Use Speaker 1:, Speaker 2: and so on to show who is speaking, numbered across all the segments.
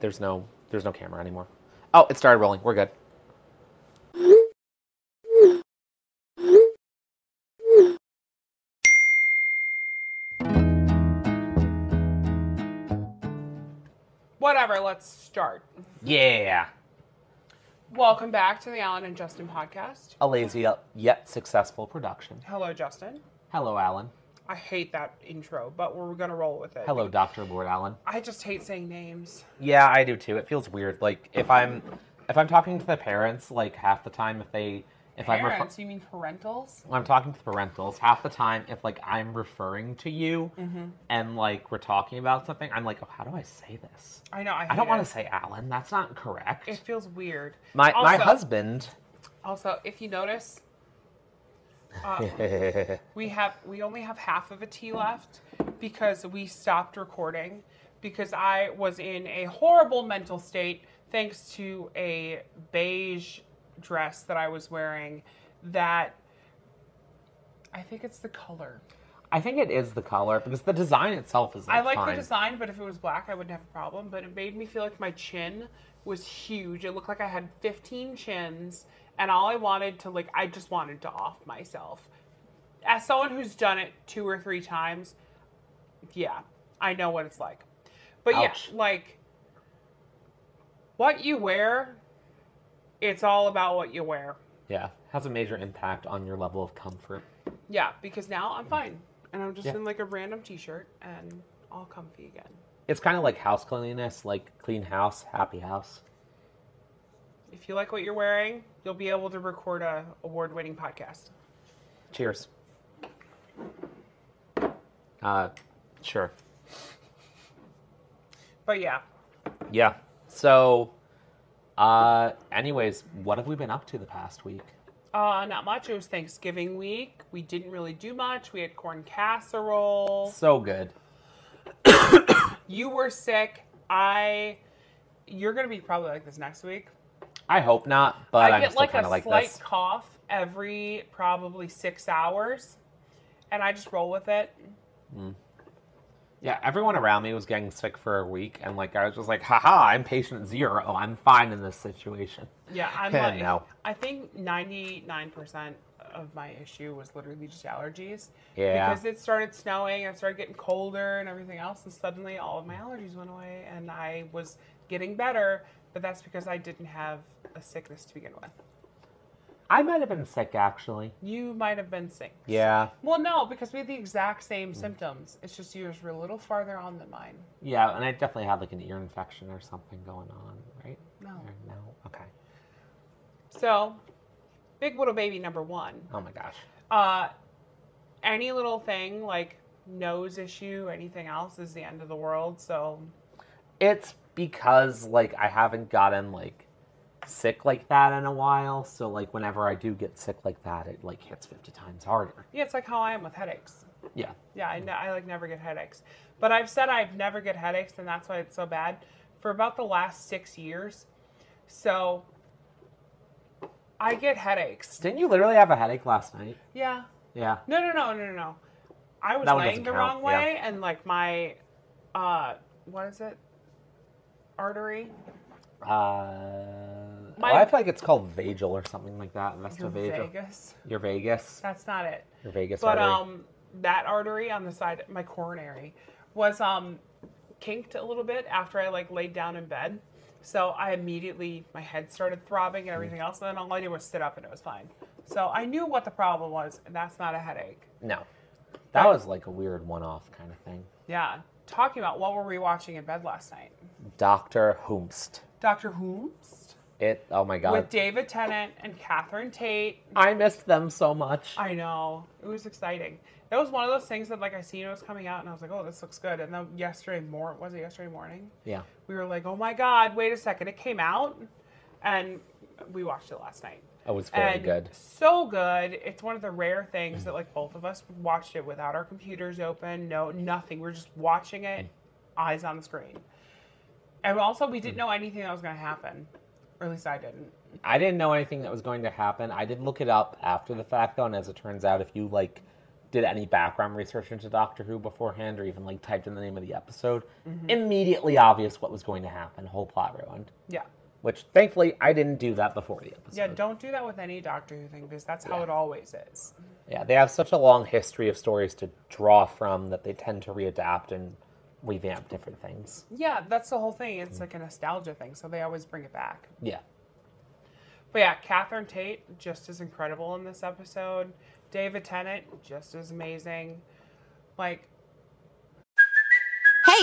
Speaker 1: there's no there's no camera anymore. Oh, it started rolling. We're good.
Speaker 2: Whatever, let's start.
Speaker 1: Yeah.
Speaker 2: Welcome back to the Alan and Justin podcast.
Speaker 1: A lazy uh, yet successful production.
Speaker 2: Hello, Justin.
Speaker 1: Hello, Alan.
Speaker 2: I hate that intro, but we're going to roll with it.
Speaker 1: Hello, Doctor Lord Alan.
Speaker 2: I just hate saying names.
Speaker 1: Yeah, I do too. It feels weird. Like if I'm if I'm talking to the parents, like half the time if they if I'm refer-
Speaker 2: Parents, you mean parentals?
Speaker 1: when I'm talking to the parentals, half the time if like I'm referring to you and like we're talking about something, I'm like, oh, how do I say this?
Speaker 2: I know. I, hate
Speaker 1: I don't want
Speaker 2: it.
Speaker 1: to say Alan. That's not correct.
Speaker 2: It feels weird.
Speaker 1: my my
Speaker 2: Also-
Speaker 1: husband.
Speaker 2: Also, if you notice, uh,
Speaker 1: Oh.
Speaker 2: we have we only have half of a tea left because we stopped recording because I was in a horrible mental state thanks to a beige dress that I was wearing that I think it's the color.
Speaker 1: I think it is the color because the design itself is.
Speaker 2: I like
Speaker 1: fine.
Speaker 2: the design, but if it was black, I wouldn't have a problem. But it made me feel like my chin was huge. It looked like I had 15 chins, and all I wanted to like, I just wanted to off myself. As someone who's done it two or three times, yeah, I know what it's like. But
Speaker 1: Ouch.
Speaker 2: yeah, like what you wear, it's all about what you wear.
Speaker 1: Yeah, has a major impact on your level of comfort.
Speaker 2: Yeah, because now I'm fine, and I'm just
Speaker 1: Yeah.
Speaker 2: in like a random t-shirt and all comfy again.
Speaker 1: It's kind of like house cleanliness, like clean house, happy house.
Speaker 2: If you like what you're wearing, you'll be able to record a award-winning podcast.
Speaker 1: Cheers. Uh, sure.
Speaker 2: But yeah,
Speaker 1: Yeah. So, uh, anyways, what have we been up to the past week?
Speaker 2: uh, not much. It was Thanksgiving week. We didn't really do much. We had corn casserole.
Speaker 1: So good.
Speaker 2: You were sick. I. You're gonna be probably like this next week.
Speaker 1: I hope not, but
Speaker 2: I
Speaker 1: I'm
Speaker 2: get
Speaker 1: still
Speaker 2: like
Speaker 1: kind
Speaker 2: a
Speaker 1: of like
Speaker 2: slight
Speaker 1: this.
Speaker 2: cough every probably six hours, and I just roll with it.
Speaker 1: Yeah, everyone around me was getting sick for a week, and like I was just like, haha, I'm patient zero. I'm fine in this situation.
Speaker 2: Yeah, I'm
Speaker 1: Yeah,
Speaker 2: like,
Speaker 1: no.
Speaker 2: I think 99% of my issue was literally just allergies.
Speaker 1: Yeah.
Speaker 2: Because it started snowing and it started getting colder and everything else, and suddenly all of my allergies went away and I was getting better, but that's because I didn't have a sickness to begin with.
Speaker 1: I might have been sick actually.
Speaker 2: You might have been sick.
Speaker 1: Yeah.
Speaker 2: Well, no, because we had the exact same symptoms. It's just yours were a little farther on than mine.
Speaker 1: Yeah, and I definitely had like an ear infection or something going on, right?
Speaker 2: No.
Speaker 1: Or no. Okay.
Speaker 2: So, big little baby number one.
Speaker 1: Oh my gosh.
Speaker 2: uh, any little thing like nose issue, anything else is the end of the world. So
Speaker 1: It's because like I haven't gotten like sick like that in a while, so like whenever I do get sick like that, it like hits 50 times harder.
Speaker 2: yeah, it's like how I am with headaches.
Speaker 1: Yeah.
Speaker 2: Yeah, I, ne- I like never get headaches, but I've said I've never get headaches, and that's why it's so bad for about the last six years. So I get headaches.
Speaker 1: Didn't you literally have a headache last night?
Speaker 2: Yeah.
Speaker 1: Yeah.
Speaker 2: No, no, no, no, no, no. I was
Speaker 1: That one
Speaker 2: laying
Speaker 1: doesn't
Speaker 2: the
Speaker 1: count,
Speaker 2: wrong way, and like my, uh, what is it? Artery.
Speaker 1: Uh
Speaker 2: My-
Speaker 1: oh, I feel like it's called vagal or something like that.
Speaker 2: Your
Speaker 1: Vesta vagal.
Speaker 2: Vegas.
Speaker 1: Your Vegas.
Speaker 2: That's not it.
Speaker 1: Your Vegas
Speaker 2: But
Speaker 1: artery.
Speaker 2: um, that artery on the side, my coronary, was um kinked a little bit after I like laid down in bed. So I immediately my head started throbbing and everything else, and then all I did was sit up and it was fine. So I knew what the problem was, and that's not a headache.
Speaker 1: no. That was like a weird one-off kind of thing.
Speaker 2: Yeah. Talking about what were we watching in bed last night?
Speaker 1: Dr. Humst.
Speaker 2: Doctor Whomst
Speaker 1: It oh my god.
Speaker 2: with David Tennant and Catherine Tate.
Speaker 1: I missed them so much.
Speaker 2: I know. It was exciting. That was one of those things that like I seen it was coming out and I was like, oh, this looks good. And then yesterday morning, was it yesterday morning?
Speaker 1: yeah.
Speaker 2: we were like, oh my God, wait a second. It came out and we watched it last night.
Speaker 1: It was very
Speaker 2: and
Speaker 1: good.
Speaker 2: So good. It's one of the rare things that like both of us watched it without our computers open. No, nothing. We're just watching it, eyes on the screen. And also we didn't know anything that was gonna happen. Or at least I didn't.
Speaker 1: I didn't know anything that was going to happen. I did look it up after the fact though, and as it turns out, if you like did any background research into Doctor Who beforehand or even like typed in the name of the episode, immediately obvious what was going to happen, whole plot ruined.
Speaker 2: Yeah.
Speaker 1: Which thankfully I didn't do that before the episode.
Speaker 2: Yeah, don't do that with any Doctor Who thing because that's how it always is.
Speaker 1: Yeah, they have such a long history of stories to draw from that they tend to readapt and revamp different things.
Speaker 2: Yeah, that's the whole thing. It's like a nostalgia thing, so they always bring it back.
Speaker 1: Yeah.
Speaker 2: But yeah, Catherine Tate just as incredible in this episode. David Tennant just as amazing. Like
Speaker 3: Hey,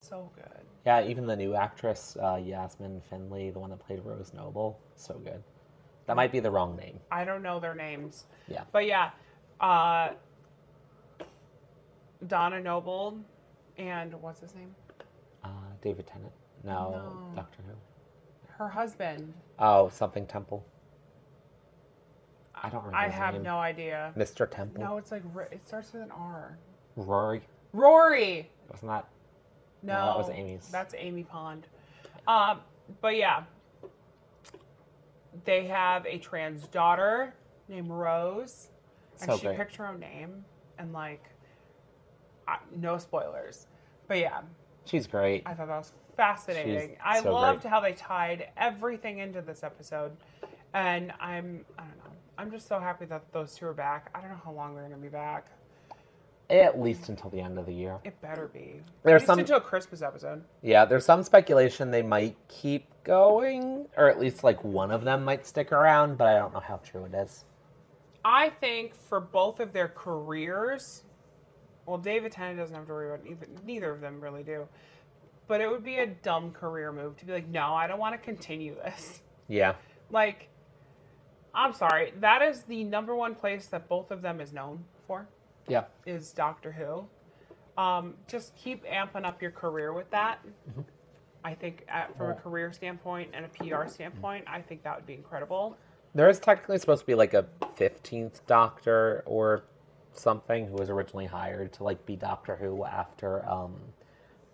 Speaker 2: so good.
Speaker 1: Yeah, even the new actress, uh, Yasmin Finley, the one that played Rose Noble, so good. That might be the wrong name.
Speaker 2: I don't know their names.
Speaker 1: Yeah.
Speaker 2: But yeah, uh Donna Noble and what's his name?
Speaker 1: Uh, David Tennant. No, Doctor Who.
Speaker 2: Her husband.
Speaker 1: Oh, something Temple. I don't remember.
Speaker 2: I
Speaker 1: his
Speaker 2: have
Speaker 1: name.
Speaker 2: no idea.
Speaker 1: Mr. Temple.
Speaker 2: No, it's like R- it starts with an R.
Speaker 1: Rory.
Speaker 2: Rory.
Speaker 1: Wasn't that?
Speaker 2: No,
Speaker 1: that was Amy's.
Speaker 2: That's Amy Pond. Um, but yeah, they have a trans daughter named Rose, and
Speaker 1: So
Speaker 2: she
Speaker 1: great.
Speaker 2: picked her own name. And like, I, no spoilers, but yeah,
Speaker 1: She's great.
Speaker 2: I thought that was fascinating.
Speaker 1: She's
Speaker 2: I
Speaker 1: so
Speaker 2: loved
Speaker 1: great.
Speaker 2: how they tied everything into this episode, and I'm I don't know. I'm just so happy that those two are back. I don't know how long they're gonna be back.
Speaker 1: At least until the end of the year.
Speaker 2: It better be.
Speaker 1: There's
Speaker 2: At least
Speaker 1: some-
Speaker 2: until Christmas episode.
Speaker 1: Yeah, there's some speculation they might keep going, or at least like one of them might stick around, but I don't know how true it is.
Speaker 2: I think for both of their careers, well, David Tennant doesn't have to worry about it, either. Neither of them really do. But it would be a dumb career move to be like, no, I don't want to continue this.
Speaker 1: Yeah.
Speaker 2: Like, I'm sorry. That is the number one place that both of them is known for
Speaker 1: Yeah.
Speaker 2: is Doctor Who. Um, just keep amping up your career with that. I think at, from a career standpoint and a PR standpoint, I think that would be incredible.
Speaker 1: There is technically supposed to be like a 15th Doctor or something who was originally hired to like be Doctor Who after, um,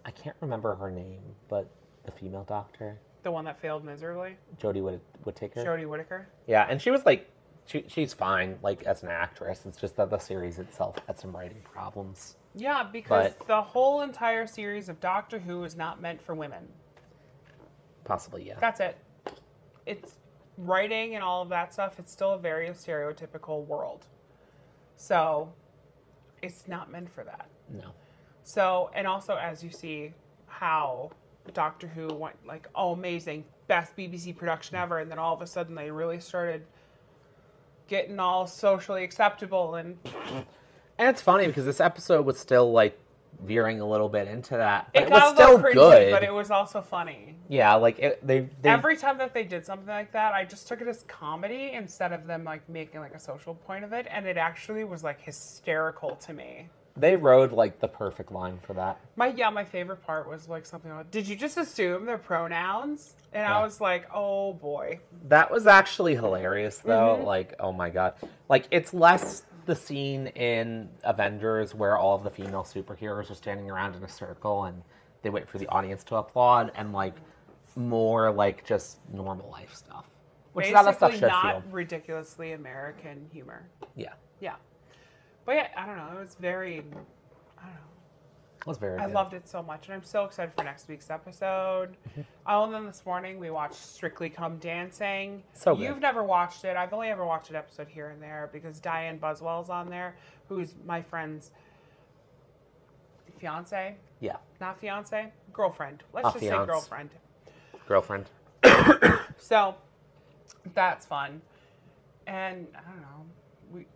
Speaker 1: I can't remember her name, but the female Doctor,
Speaker 2: The one that failed miserably,
Speaker 1: Jodie Whitt- Whittaker.
Speaker 2: Jodie Whittaker.
Speaker 1: Yeah, and she was like, she, she's fine, like as an actress. It's just that the series itself had some writing problems.
Speaker 2: Yeah, because
Speaker 1: But-
Speaker 2: the whole entire series of Doctor Who is not meant for women.
Speaker 1: Possibly, yeah.
Speaker 2: That's it. It's writing and all of that stuff. It's still a very stereotypical world. So it's not meant for that.
Speaker 1: No.
Speaker 2: So, and also as you see how Doctor Who went like, oh, amazing, best BBC production ever. And then all of a sudden they really started getting all socially acceptable and
Speaker 1: And it's funny because this episode was still like veering a little bit into that. But
Speaker 2: it,
Speaker 1: it,
Speaker 2: got
Speaker 1: was
Speaker 2: a little
Speaker 1: still
Speaker 2: cringy,
Speaker 1: good.
Speaker 2: but it was also funny.
Speaker 1: yeah, like it, they they
Speaker 2: Every time that they did something like that, I just took it as comedy instead of them like making like a social point of it, and it actually was like hysterical to me.
Speaker 1: they rode like the perfect line for that.
Speaker 2: My yeah, my favorite part was like something like, "Did you just assume their pronouns?" And
Speaker 1: Yeah.
Speaker 2: I was like, "Oh boy,
Speaker 1: That was actually hilarious though.
Speaker 2: Mm-hmm.
Speaker 1: Like, oh my god. Like it's less the scene in Avengers where all of the female superheroes are standing around in a circle and they wait for the audience to applaud and like more like just normal life stuff. Which is how that stuff
Speaker 2: basically
Speaker 1: should
Speaker 2: not
Speaker 1: feel.
Speaker 2: ridiculously American humor."
Speaker 1: Yeah.
Speaker 2: Yeah, but yeah, I don't know. It was very, I don't know.
Speaker 1: It was very
Speaker 2: I
Speaker 1: good.
Speaker 2: loved it so much, and I'm so excited for next week's episode. oh, and then this morning we watched Strictly Come Dancing.
Speaker 1: So good.
Speaker 2: you've never watched it. I've only ever watched an episode here and there because Diane Buswell's on there, who's my friend's fiance,
Speaker 1: Yeah.
Speaker 2: not fiance, girlfriend. Let's
Speaker 1: A
Speaker 2: just say
Speaker 1: fiance.
Speaker 2: girlfriend.
Speaker 1: Girlfriend.
Speaker 2: So that's fun, and I don't know. We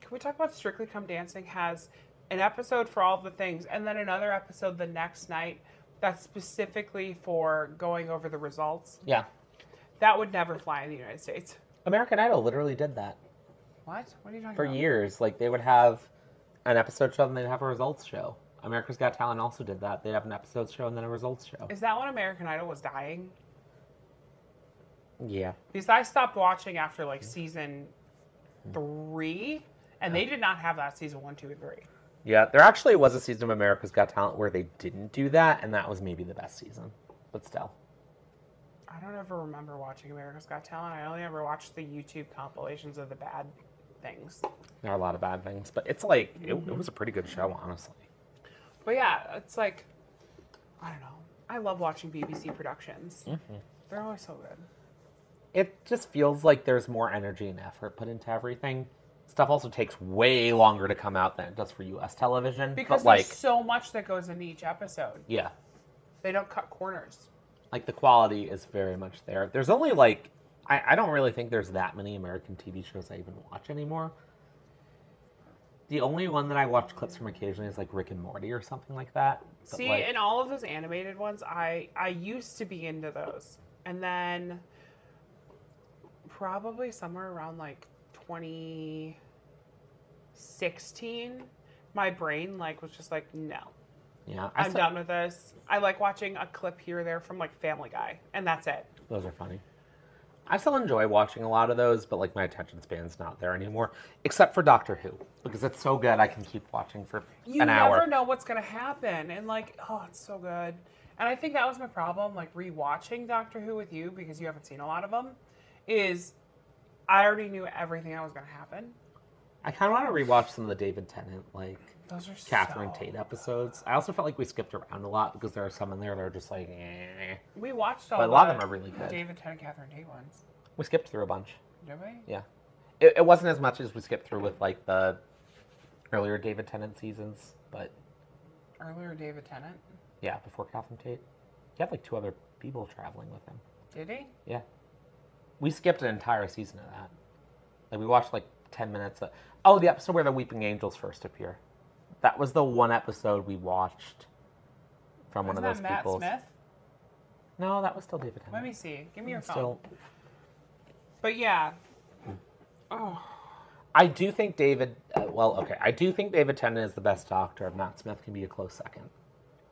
Speaker 2: can we talk about Strictly Come Dancing has an episode for all the things, and then another episode the next night that's specifically for going over the results.
Speaker 1: Yeah.
Speaker 2: That would never fly in the United States.
Speaker 1: American Idol literally did that.
Speaker 2: What? What are you talking
Speaker 1: for
Speaker 2: about?
Speaker 1: years. Like they would have an episode show, and they'd have a results show. America's Got Talent also did that. They'd have an episode show and then a results show.
Speaker 2: Is that when American Idol was dying?
Speaker 1: Yeah.
Speaker 2: Because I stopped watching after like season three, and they did not have that season one, two, and three.
Speaker 1: Yeah, there actually was a season of America's Got Talent where they didn't do that, and that was maybe the best season. But still.
Speaker 2: I don't ever remember watching America's Got Talent. I only ever watched the YouTube compilations of the bad things.
Speaker 1: There are a lot of bad things, but it's like it, it was a pretty good show, honestly.
Speaker 2: But yeah, it's like I don't know. I love watching BBC productions.
Speaker 1: Mm-hmm.
Speaker 2: They're always so good.
Speaker 1: It just feels like there's more energy and effort put into everything. Stuff also takes way longer to come out than it does for U.S. television.
Speaker 2: Because
Speaker 1: but like,
Speaker 2: there's so much that goes into each episode.
Speaker 1: yeah,
Speaker 2: They don't cut corners.
Speaker 1: like the quality is very much there. There's only like I, I don't really think there's that many American TV shows I even watch anymore. The only one that I watch clips from occasionally is like Rick and Morty or something like that. But,
Speaker 2: See,
Speaker 1: like,
Speaker 2: in all of those animated ones, I I used to be into those, and then probably somewhere around like 2016, my brain like was just like, no,
Speaker 1: yeah, I
Speaker 2: I'm
Speaker 1: saw-
Speaker 2: done with this. I like watching a clip here or there from like Family Guy, and that's it.
Speaker 1: Those are funny. I still enjoy watching a lot of those, but like my attention span's not there anymore, except for Doctor Who because it's so good. I can keep watching for
Speaker 2: You
Speaker 1: an
Speaker 2: never
Speaker 1: hour.
Speaker 2: know what's gonna happen, and like, oh, it's so good. And I think that was my problem, like rewatching Doctor Who with you because you haven't seen a lot of them, is I already knew everything that was gonna happen.
Speaker 1: I kind of want to rewatch some of the David Tennant, like
Speaker 2: Those are
Speaker 1: Catherine
Speaker 2: so-
Speaker 1: Tate episodes. I also felt like we skipped around a lot because there are some in there that are just like, eh.
Speaker 2: We watched all
Speaker 1: But a lot of them are really good.
Speaker 2: David Tennant, Catherine Tate ones,
Speaker 1: we skipped through a bunch.
Speaker 2: did we?
Speaker 1: Yeah, it, it wasn't as much as we skipped through with like the earlier David Tennant seasons, but
Speaker 2: Earlier David Tennant,
Speaker 1: yeah, before Catherine Tate, he had like two other people traveling with him.
Speaker 2: did he?
Speaker 1: Yeah. We skipped an entire season of that. Like we watched like ten minutes of Oh, the episode where the Weeping Angels first appear. That was the one episode we watched from one
Speaker 2: Wasn't
Speaker 1: of those
Speaker 2: that Matt
Speaker 1: people's.
Speaker 2: Smith?
Speaker 1: No, that was still David
Speaker 2: Let
Speaker 1: Tennant.
Speaker 2: me see. Give me your phone.
Speaker 1: Still,
Speaker 2: But yeah,
Speaker 1: I do think David. Uh, well, okay, I do think David Tennant is the best Doctor. Matt Smith can be a close second.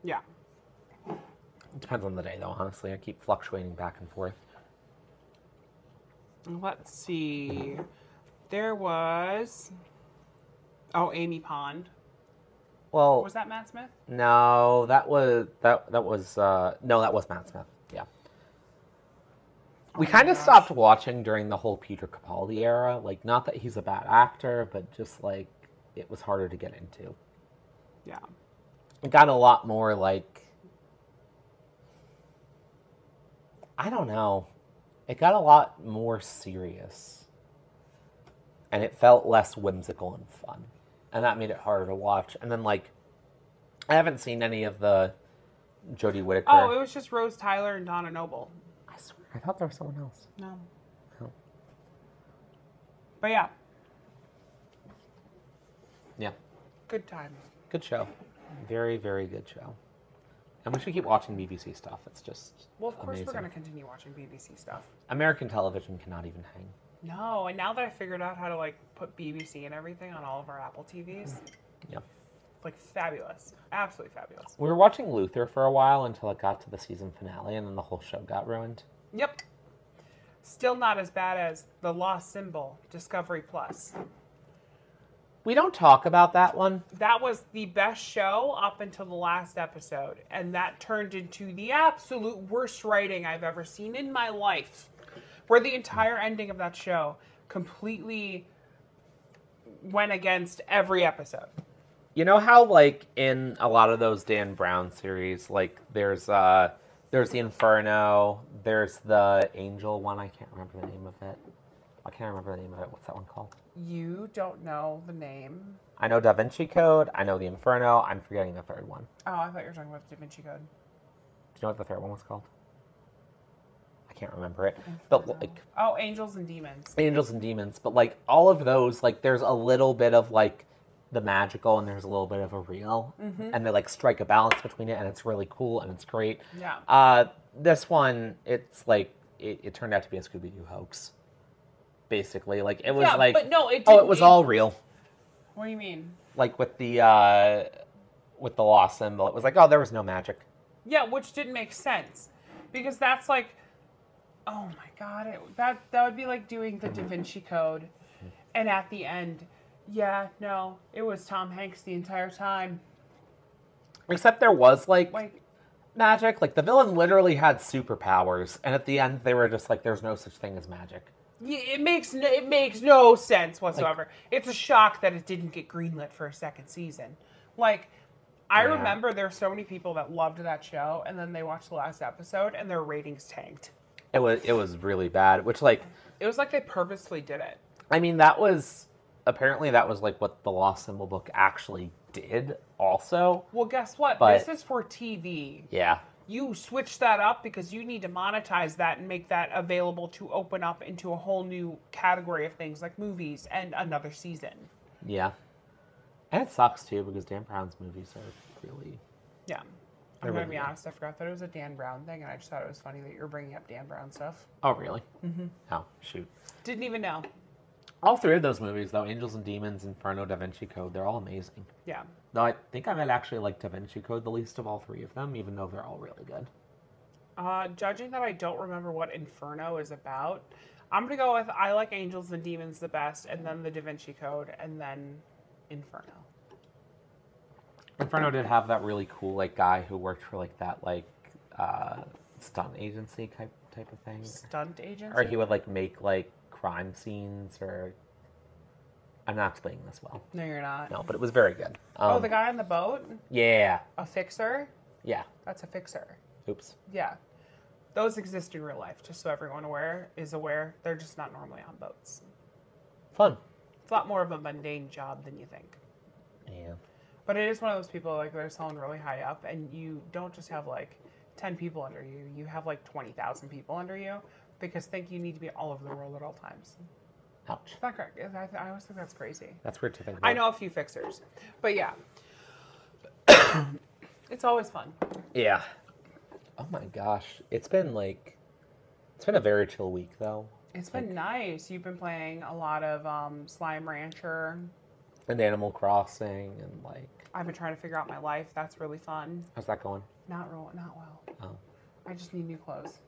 Speaker 2: yeah.
Speaker 1: It depends on the day, though. Honestly, I keep fluctuating back and forth.
Speaker 2: Let's see. There was. Oh, Amy Pond.
Speaker 1: Well,
Speaker 2: Was that Matt Smith?
Speaker 1: no, that was that that was uh, no, that was Matt Smith. Yeah.
Speaker 2: Oh
Speaker 1: we kind of stopped watching during the whole Peter Capaldi era. Like, not that he's a bad actor, but just like it was harder to get into.
Speaker 2: Yeah.
Speaker 1: It got a lot more like I don't know. It got a lot more serious. And it felt less whimsical and fun. And that made it harder to watch. And then like I haven't seen any of the Jodie Whittaker.
Speaker 2: Oh, it was just Rose Tyler and Donna Noble.
Speaker 1: I swear I thought there was someone else.
Speaker 2: No.
Speaker 1: Oh.
Speaker 2: But yeah,
Speaker 1: Yeah.
Speaker 2: good times.
Speaker 1: Good show. Very, very good show. And we should keep watching BBC stuff. It's just
Speaker 2: Well, of course we're
Speaker 1: amazing.
Speaker 2: going to continue watching BBC stuff.
Speaker 1: American television cannot even hang.
Speaker 2: No, and now that I figured out how to like put BBC and everything on all of our Apple TVs,
Speaker 1: Yeah.
Speaker 2: like fabulous, absolutely fabulous.
Speaker 1: We were watching Luther for a while until it got to the season finale, and then the whole show got ruined.
Speaker 2: Yep. Still not as bad as the Lost Symbol Discovery Plus.
Speaker 1: We don't talk about that one.
Speaker 2: That was the best show up until the last episode, and that turned into the absolute worst writing I've ever seen in my life. Where the entire ending of that show completely went against every episode.
Speaker 1: You know how, like, in a lot of those Dan Brown series, like, there's uh, there's the Inferno, there's the Angel one. I can't remember the name of it. I can't remember the name of it. What's that one called?
Speaker 2: You don't know the name.
Speaker 1: I know Da Vinci Code. I know the Inferno. I'm forgetting the third one.
Speaker 2: Oh, I thought you were talking about Da Vinci Code.
Speaker 1: Do you know what the third one was called? I can't remember it. But like
Speaker 2: Oh, Angels and Demons.
Speaker 1: angels and demons, but like all of those, like there's a little bit of like the magical and there's a little bit of a real,
Speaker 2: Mm-hmm.
Speaker 1: and they like strike a balance between it, and it's really cool and it's great.
Speaker 2: Yeah.
Speaker 1: Uh, this one, it's like it, it turned out to be a Scooby Doo hoax, basically. Like it was
Speaker 2: Yeah,
Speaker 1: like
Speaker 2: but no, it
Speaker 1: oh,
Speaker 2: didn't-
Speaker 1: it was
Speaker 2: it-
Speaker 1: all real.
Speaker 2: What do you mean?
Speaker 1: like with the uh, with the law symbol. It was like, oh, there was no magic.
Speaker 2: Yeah, which didn't make sense because that's like, oh my god, it, that that would be like doing the Da Vinci Code, and at the end, yeah, no, it was Tom Hanks the entire time.
Speaker 1: Except there was like
Speaker 2: Like,
Speaker 1: magic. Like the villain literally had superpowers, and at the end they were just like, "There's no such thing as magic."
Speaker 2: y- it makes no, it makes no sense whatsoever. it's a shock that it didn't get greenlit for a second season. Like. I
Speaker 1: Yeah.
Speaker 2: remember there were so many people that loved that show, and then they watched the last episode, and their ratings tanked.
Speaker 1: It was it was really bad. Which like,
Speaker 2: It was like they purposely did it.
Speaker 1: I mean, that was apparently that was like what the Lost Symbol book actually did. Also,
Speaker 2: Well, guess what?
Speaker 1: But-
Speaker 2: this is for TV.
Speaker 1: yeah,
Speaker 2: You switch that up because you need to monetize that and make that available to open up into a whole new category of things like movies and another season.
Speaker 1: yeah, and it sucks too because Dan Brown's movies are really I
Speaker 2: Yeah. I'm going to
Speaker 1: really
Speaker 2: be
Speaker 1: am.
Speaker 2: honest. I forgot that it was a Dan Brown thing, and I just thought it was funny that you're bringing up Dan Brown stuff.
Speaker 1: oh really mm-hmm. oh shoot.
Speaker 2: Didn't even know.
Speaker 1: All three of those movies though, Angels and Demons, Inferno, Da Vinci Code, they're all amazing.
Speaker 2: Yeah.
Speaker 1: Though I think I might actually like Da Vinci Code the least of all three of them, even though they're all really good.
Speaker 2: Uh, judging that I don't remember what Inferno is about, I'm going to go with I like Angels and Demons the best, and then the Da Vinci Code, and then Inferno.
Speaker 1: Inferno did have that really cool like guy who worked for like that like uh, stunt agency type type of thing,
Speaker 2: Stunt agents?
Speaker 1: or he would like make like crime scenes or. I'm not explaining this well.
Speaker 2: No, you're not.
Speaker 1: No, but it was very good. Um,
Speaker 2: Oh, the guy on the boat?
Speaker 1: Yeah,
Speaker 2: A fixer?
Speaker 1: yeah.
Speaker 2: That's a fixer.
Speaker 1: Oops.
Speaker 2: Yeah. Those exist in real life, just so everyone aware is aware. They're just not normally on boats.
Speaker 1: Fun.
Speaker 2: It's a lot more of a mundane job than you think.
Speaker 1: Yeah.
Speaker 2: But it is one of those people like they're selling really high up and you don't just have like ten people under you, you have like twenty thousand people under you because think you need to be all over the world at all times.
Speaker 1: Ouch.
Speaker 2: Is that correct? Is that- I always think that's crazy.
Speaker 1: That's weird to think. About.
Speaker 2: I know a few fixers. But yeah. it's always fun.
Speaker 1: Yeah. Oh my gosh, it's been like, it's been a very chill week though,
Speaker 2: It's been nice. You've been playing a lot of um, Slime Rancher.
Speaker 1: and Animal Crossing, and like,
Speaker 2: I've been trying to figure out my life. That's really fun.
Speaker 1: how's that going?
Speaker 2: Not real, not well.
Speaker 1: Oh.
Speaker 2: I just need new clothes.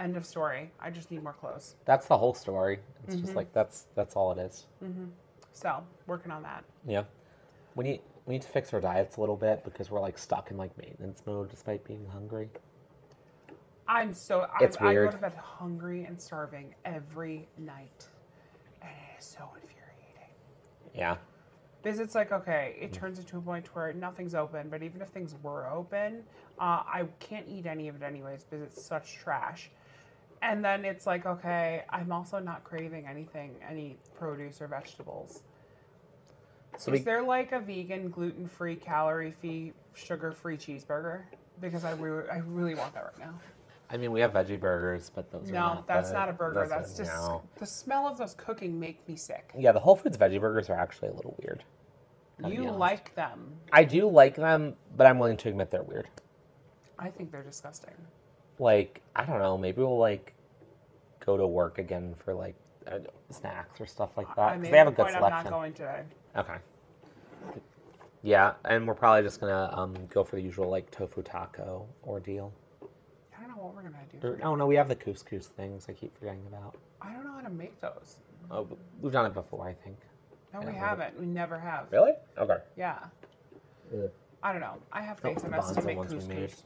Speaker 2: End of story. I just need more clothes.
Speaker 1: That's the whole story. It's just like that's that's all it is.
Speaker 2: So working on that.
Speaker 1: Yeah. We need we need to fix our diets a little bit because we're like stuck in like maintenance mode despite being hungry.
Speaker 2: I'm so. I,
Speaker 1: It's
Speaker 2: I go
Speaker 1: weird.
Speaker 2: to bed hungry and starving every night, and it is so infuriating.
Speaker 1: Yeah.
Speaker 2: Because it's like, okay, it turns into a point where nothing's open, but even if things were open, uh, I can't eat any of it anyways because it's such trash. And then it's like, okay, I'm also not craving anything, any produce or vegetables.
Speaker 1: So
Speaker 2: Is
Speaker 1: we,
Speaker 2: there like a vegan, gluten free, calorie free, sugar free cheeseburger? Because I, re- I really want that right now.
Speaker 1: I mean we have veggie burgers, but those are
Speaker 2: No,
Speaker 1: not
Speaker 2: that's
Speaker 1: the-
Speaker 2: not a burger.
Speaker 1: those are-
Speaker 2: That's just
Speaker 1: no.
Speaker 2: the smell of those cooking make me sick.
Speaker 1: Yeah, the Whole Foods veggie burgers are actually a little weird. Gotta be
Speaker 2: You
Speaker 1: honest.
Speaker 2: like them.
Speaker 1: I do like them, but I'm willing to admit they're weird.
Speaker 2: I think they're disgusting.
Speaker 1: Like, I don't know, maybe we'll like go to work again for like I don't know, snacks or stuff like that.
Speaker 2: I
Speaker 1: Because
Speaker 2: made
Speaker 1: they have a
Speaker 2: the
Speaker 1: good
Speaker 2: point I'm not
Speaker 1: selection.
Speaker 2: going today.
Speaker 1: Okay. Yeah, and we're probably just gonna um, go for the usual like tofu taco ordeal.
Speaker 2: I don't know what we're gonna do.
Speaker 1: Or, oh no, we have the couscous things. I keep forgetting about.
Speaker 2: I don't know how to make those.
Speaker 1: Oh, but we've done it before, I think.
Speaker 2: No, we haven't. We never have.
Speaker 1: Really? Okay.
Speaker 2: Yeah. I don't know. I have
Speaker 1: That
Speaker 2: faith
Speaker 1: was
Speaker 2: in
Speaker 1: the
Speaker 2: us to
Speaker 1: bonza
Speaker 2: make
Speaker 1: ones we made.
Speaker 2: couscous.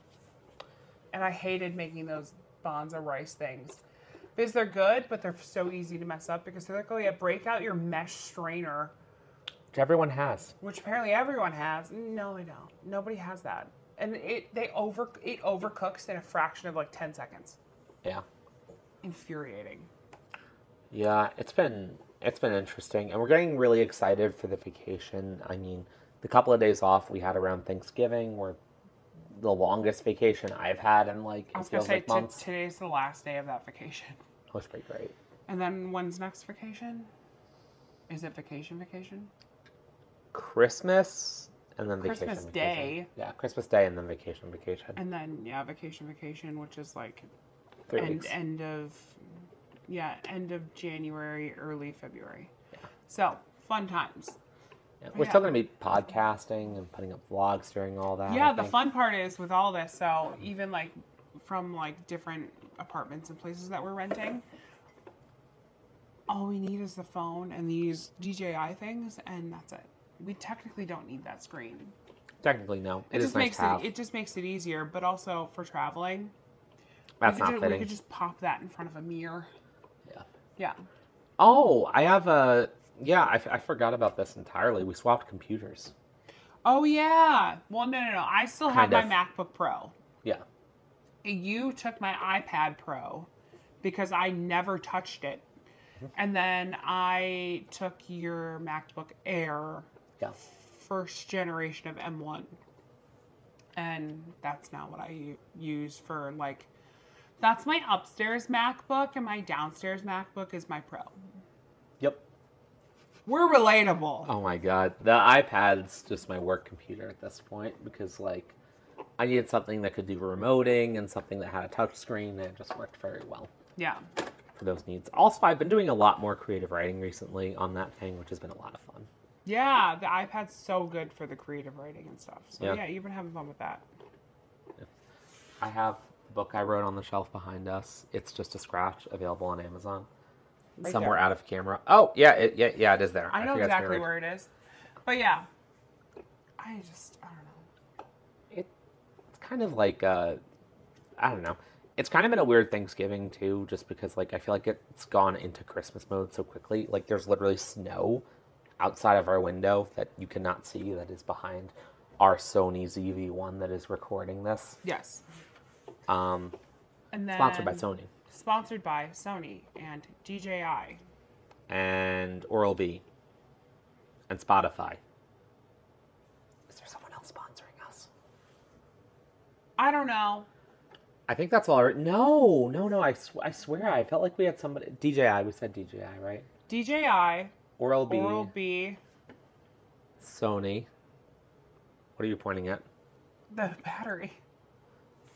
Speaker 2: And I hated making those bonza rice things because they're good, but they're so easy to mess up because they're like, oh yeah, break out your mesh strainer,
Speaker 1: Which everyone has.
Speaker 2: which apparently everyone has. No, they don't. Nobody has that, and it they over it overcooks in a fraction of like ten seconds.
Speaker 1: Yeah.
Speaker 2: Infuriating.
Speaker 1: Yeah, it's been it's been interesting, and we're getting really excited for the vacation. I mean, the couple of days off we had around Thanksgiving were the longest vacation I've had in like it
Speaker 2: I was gonna
Speaker 1: feels
Speaker 2: say
Speaker 1: like
Speaker 2: t-
Speaker 1: months.
Speaker 2: today's the last day of that vacation.
Speaker 1: It was pretty great.
Speaker 2: And then when's next vacation? Is it vacation vacation?
Speaker 1: Christmas and then vacation.
Speaker 2: Christmas
Speaker 1: vacation.
Speaker 2: Day.
Speaker 1: Yeah, Christmas Day and then vacation. Vacation.
Speaker 2: And then yeah, vacation vacation, which is like
Speaker 1: Three
Speaker 2: end
Speaker 1: weeks.
Speaker 2: end of yeah, end of January, early February. So, fun times.
Speaker 1: Yeah, We're still going to be podcasting and putting up vlogs during all that. I
Speaker 2: Yeah, the
Speaker 1: think.
Speaker 2: fun part is with all this, so even like from like different apartments and places that we're renting, all we need is the phone and these DJI things, and that's it. We technically don't need that screen.
Speaker 1: Technically, no.
Speaker 2: It
Speaker 1: it is
Speaker 2: just
Speaker 1: nice
Speaker 2: makes
Speaker 1: to have.
Speaker 2: it it just makes it easier, but also for traveling,
Speaker 1: That's
Speaker 2: we, could
Speaker 1: not
Speaker 2: ju- we
Speaker 1: fitting.
Speaker 2: could just pop that in front of a mirror.
Speaker 1: Yeah.
Speaker 2: Yeah.
Speaker 1: Oh, I have a. Yeah, I, f- I forgot about this entirely. We swapped computers.
Speaker 2: Oh yeah. Well, no, no, no. I still have
Speaker 1: Kind
Speaker 2: my
Speaker 1: of.
Speaker 2: MacBook Pro.
Speaker 1: Yeah.
Speaker 2: you took my iPad Pro because I never touched it. And then I took your MacBook Air,
Speaker 1: Yeah.
Speaker 2: first generation of M1. And that's now what I u- use for like that's my upstairs MacBook and my downstairs MacBook is my Pro.
Speaker 1: Yep.
Speaker 2: We're relatable.
Speaker 1: Oh my god. The iPad's just my work computer at this point because, like, I needed something that could do remoting and something that had a touch screen, and it just worked very well
Speaker 2: Yeah.
Speaker 1: for those needs. Also, I've been doing a lot more creative writing recently on that thing, which has been a lot of fun.
Speaker 2: Yeah, the iPad's so good for the creative writing and stuff. So
Speaker 1: Yeah.
Speaker 2: yeah you've been having fun with that.
Speaker 1: I have the book I wrote on the shelf behind us. It's just a scratch available on Amazon.
Speaker 2: Right
Speaker 1: Somewhere
Speaker 2: there.
Speaker 1: out of camera. Oh, yeah, it, yeah, yeah, it is there.
Speaker 2: I know
Speaker 1: forgot it's been
Speaker 2: exactly
Speaker 1: right-
Speaker 2: where it is. But yeah. I just I don't know.
Speaker 1: it, it's kind of like uh i don't know it's kind of been a weird thanksgiving too just because like i feel like it's gone into christmas mode so quickly like there's literally snow outside of our window that you cannot see that is behind our sony zv1 that is recording this
Speaker 2: Yes.
Speaker 1: um
Speaker 2: And then
Speaker 1: sponsored by sony
Speaker 2: Sponsored by Sony and DJI.
Speaker 1: and oral b and spotify is there someone else sponsoring us
Speaker 2: I don't know.
Speaker 1: I think that's all right. No, no, no. I, sw- I swear, I felt like we had somebody. DJI, we said DJI, right?
Speaker 2: DJI,
Speaker 1: Oral B,
Speaker 2: Oral B,
Speaker 1: Sony. What are you pointing at?
Speaker 2: the battery.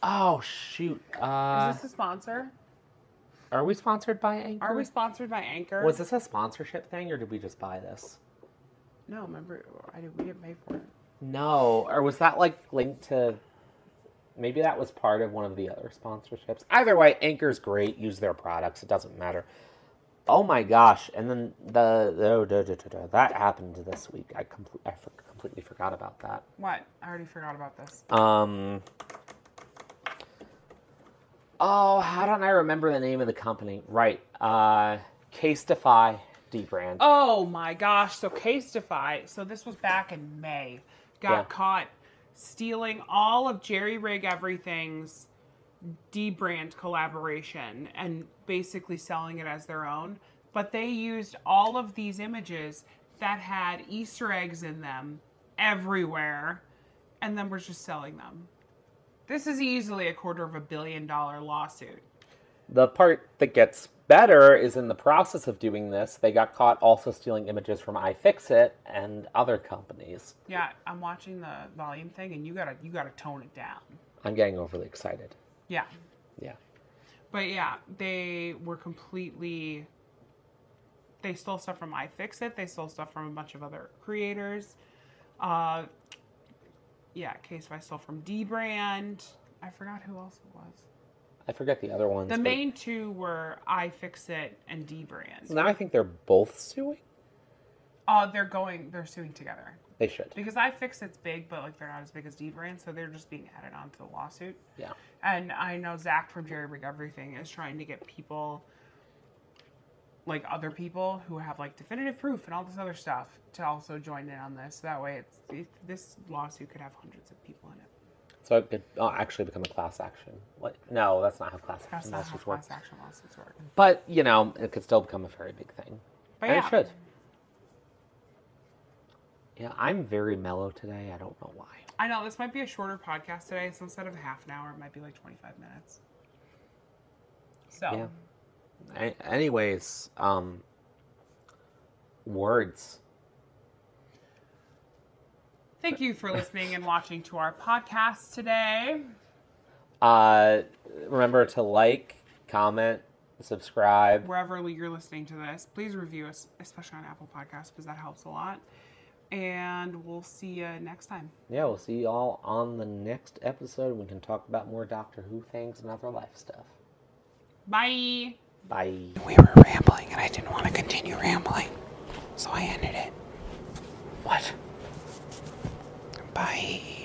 Speaker 1: Oh shoot! Uh,
Speaker 2: Is this a sponsor?
Speaker 1: are we sponsored by Anchor?
Speaker 2: Are we sponsored by Anchor?
Speaker 1: Was this a sponsorship thing, or did we just buy this?
Speaker 2: No, remember I did, we didn't pay for it.
Speaker 1: No, or was that like linked to? Maybe that was part of one of the other sponsorships. Either way, Anchor's great. Use their products; it doesn't matter. Oh my gosh! And then the, the oh, da, da, da, da, that happened this week. I, compl- I for- completely forgot about that.
Speaker 2: What? I already forgot about this.
Speaker 1: Um. Oh, how don't I remember the name of the company? Right. Uh, Case Defy D-Brand.
Speaker 2: Oh my gosh. So Casetify, so this was back in May, got
Speaker 1: Yeah.
Speaker 2: caught stealing all of Jerry Rig Everything's D brand collaboration and basically selling it as their own. But they used all of these images that had Easter eggs in them everywhere and then we're just selling them. This is easily a quarter of a billion dollar lawsuit.
Speaker 1: The part that gets better is in the process of doing this, they got caught also stealing images from iFixit and other companies.
Speaker 2: Yeah, I'm watching the volume thing and you gotta you gotta tone it down.
Speaker 1: I'm getting overly excited.
Speaker 2: Yeah.
Speaker 1: Yeah.
Speaker 2: But yeah, they were completely. They stole stuff from iFixit. They stole stuff from a bunch of other creators. Uh, yeah, Case I stole from Dbrand. I forgot who else it was.
Speaker 1: I forget the other ones.
Speaker 2: The
Speaker 1: but-
Speaker 2: main two were iFixit and Dbrand.
Speaker 1: Now I think they're both suing.
Speaker 2: Uh, they're going. They're suing together
Speaker 1: They should.
Speaker 2: because iFixit's big, but like they're not as big as Dbrand, so they're just being added on to the lawsuit.
Speaker 1: Yeah.
Speaker 2: And I know Zach from Jerry Rig Everything is trying to get people, like other people who have like definitive proof and all this other stuff, to also join in on this. That way, it's it, this lawsuit could have hundreds of people in it.
Speaker 1: So it could oh, actually become a class action. What? No, that's not how class
Speaker 2: That's
Speaker 1: action
Speaker 2: not how
Speaker 1: lawsuits work.
Speaker 2: class action lawsuits work.
Speaker 1: But you know, it could still become a very big thing.
Speaker 2: But
Speaker 1: and
Speaker 2: yeah.
Speaker 1: it should. Yeah, I'm very mellow today. I don't know why.
Speaker 2: I know this might be a shorter podcast today, so instead of half an hour, it might be like twenty-five minutes. So
Speaker 1: Yeah. A- anyways, um, words.
Speaker 2: thank you for listening and watching to our podcast today.
Speaker 1: Uh, remember to like, comment, subscribe.
Speaker 2: wherever you're listening to this, please review us, especially on Apple Podcasts, because that helps a lot. and we'll see you next time.
Speaker 1: Yeah, we'll see you all on the next episode. We can talk about more Doctor Who things and other life stuff.
Speaker 2: Bye.
Speaker 1: Bye.
Speaker 4: We were rambling and I didn't want to continue rambling. So I ended it.
Speaker 1: What?
Speaker 4: Bye.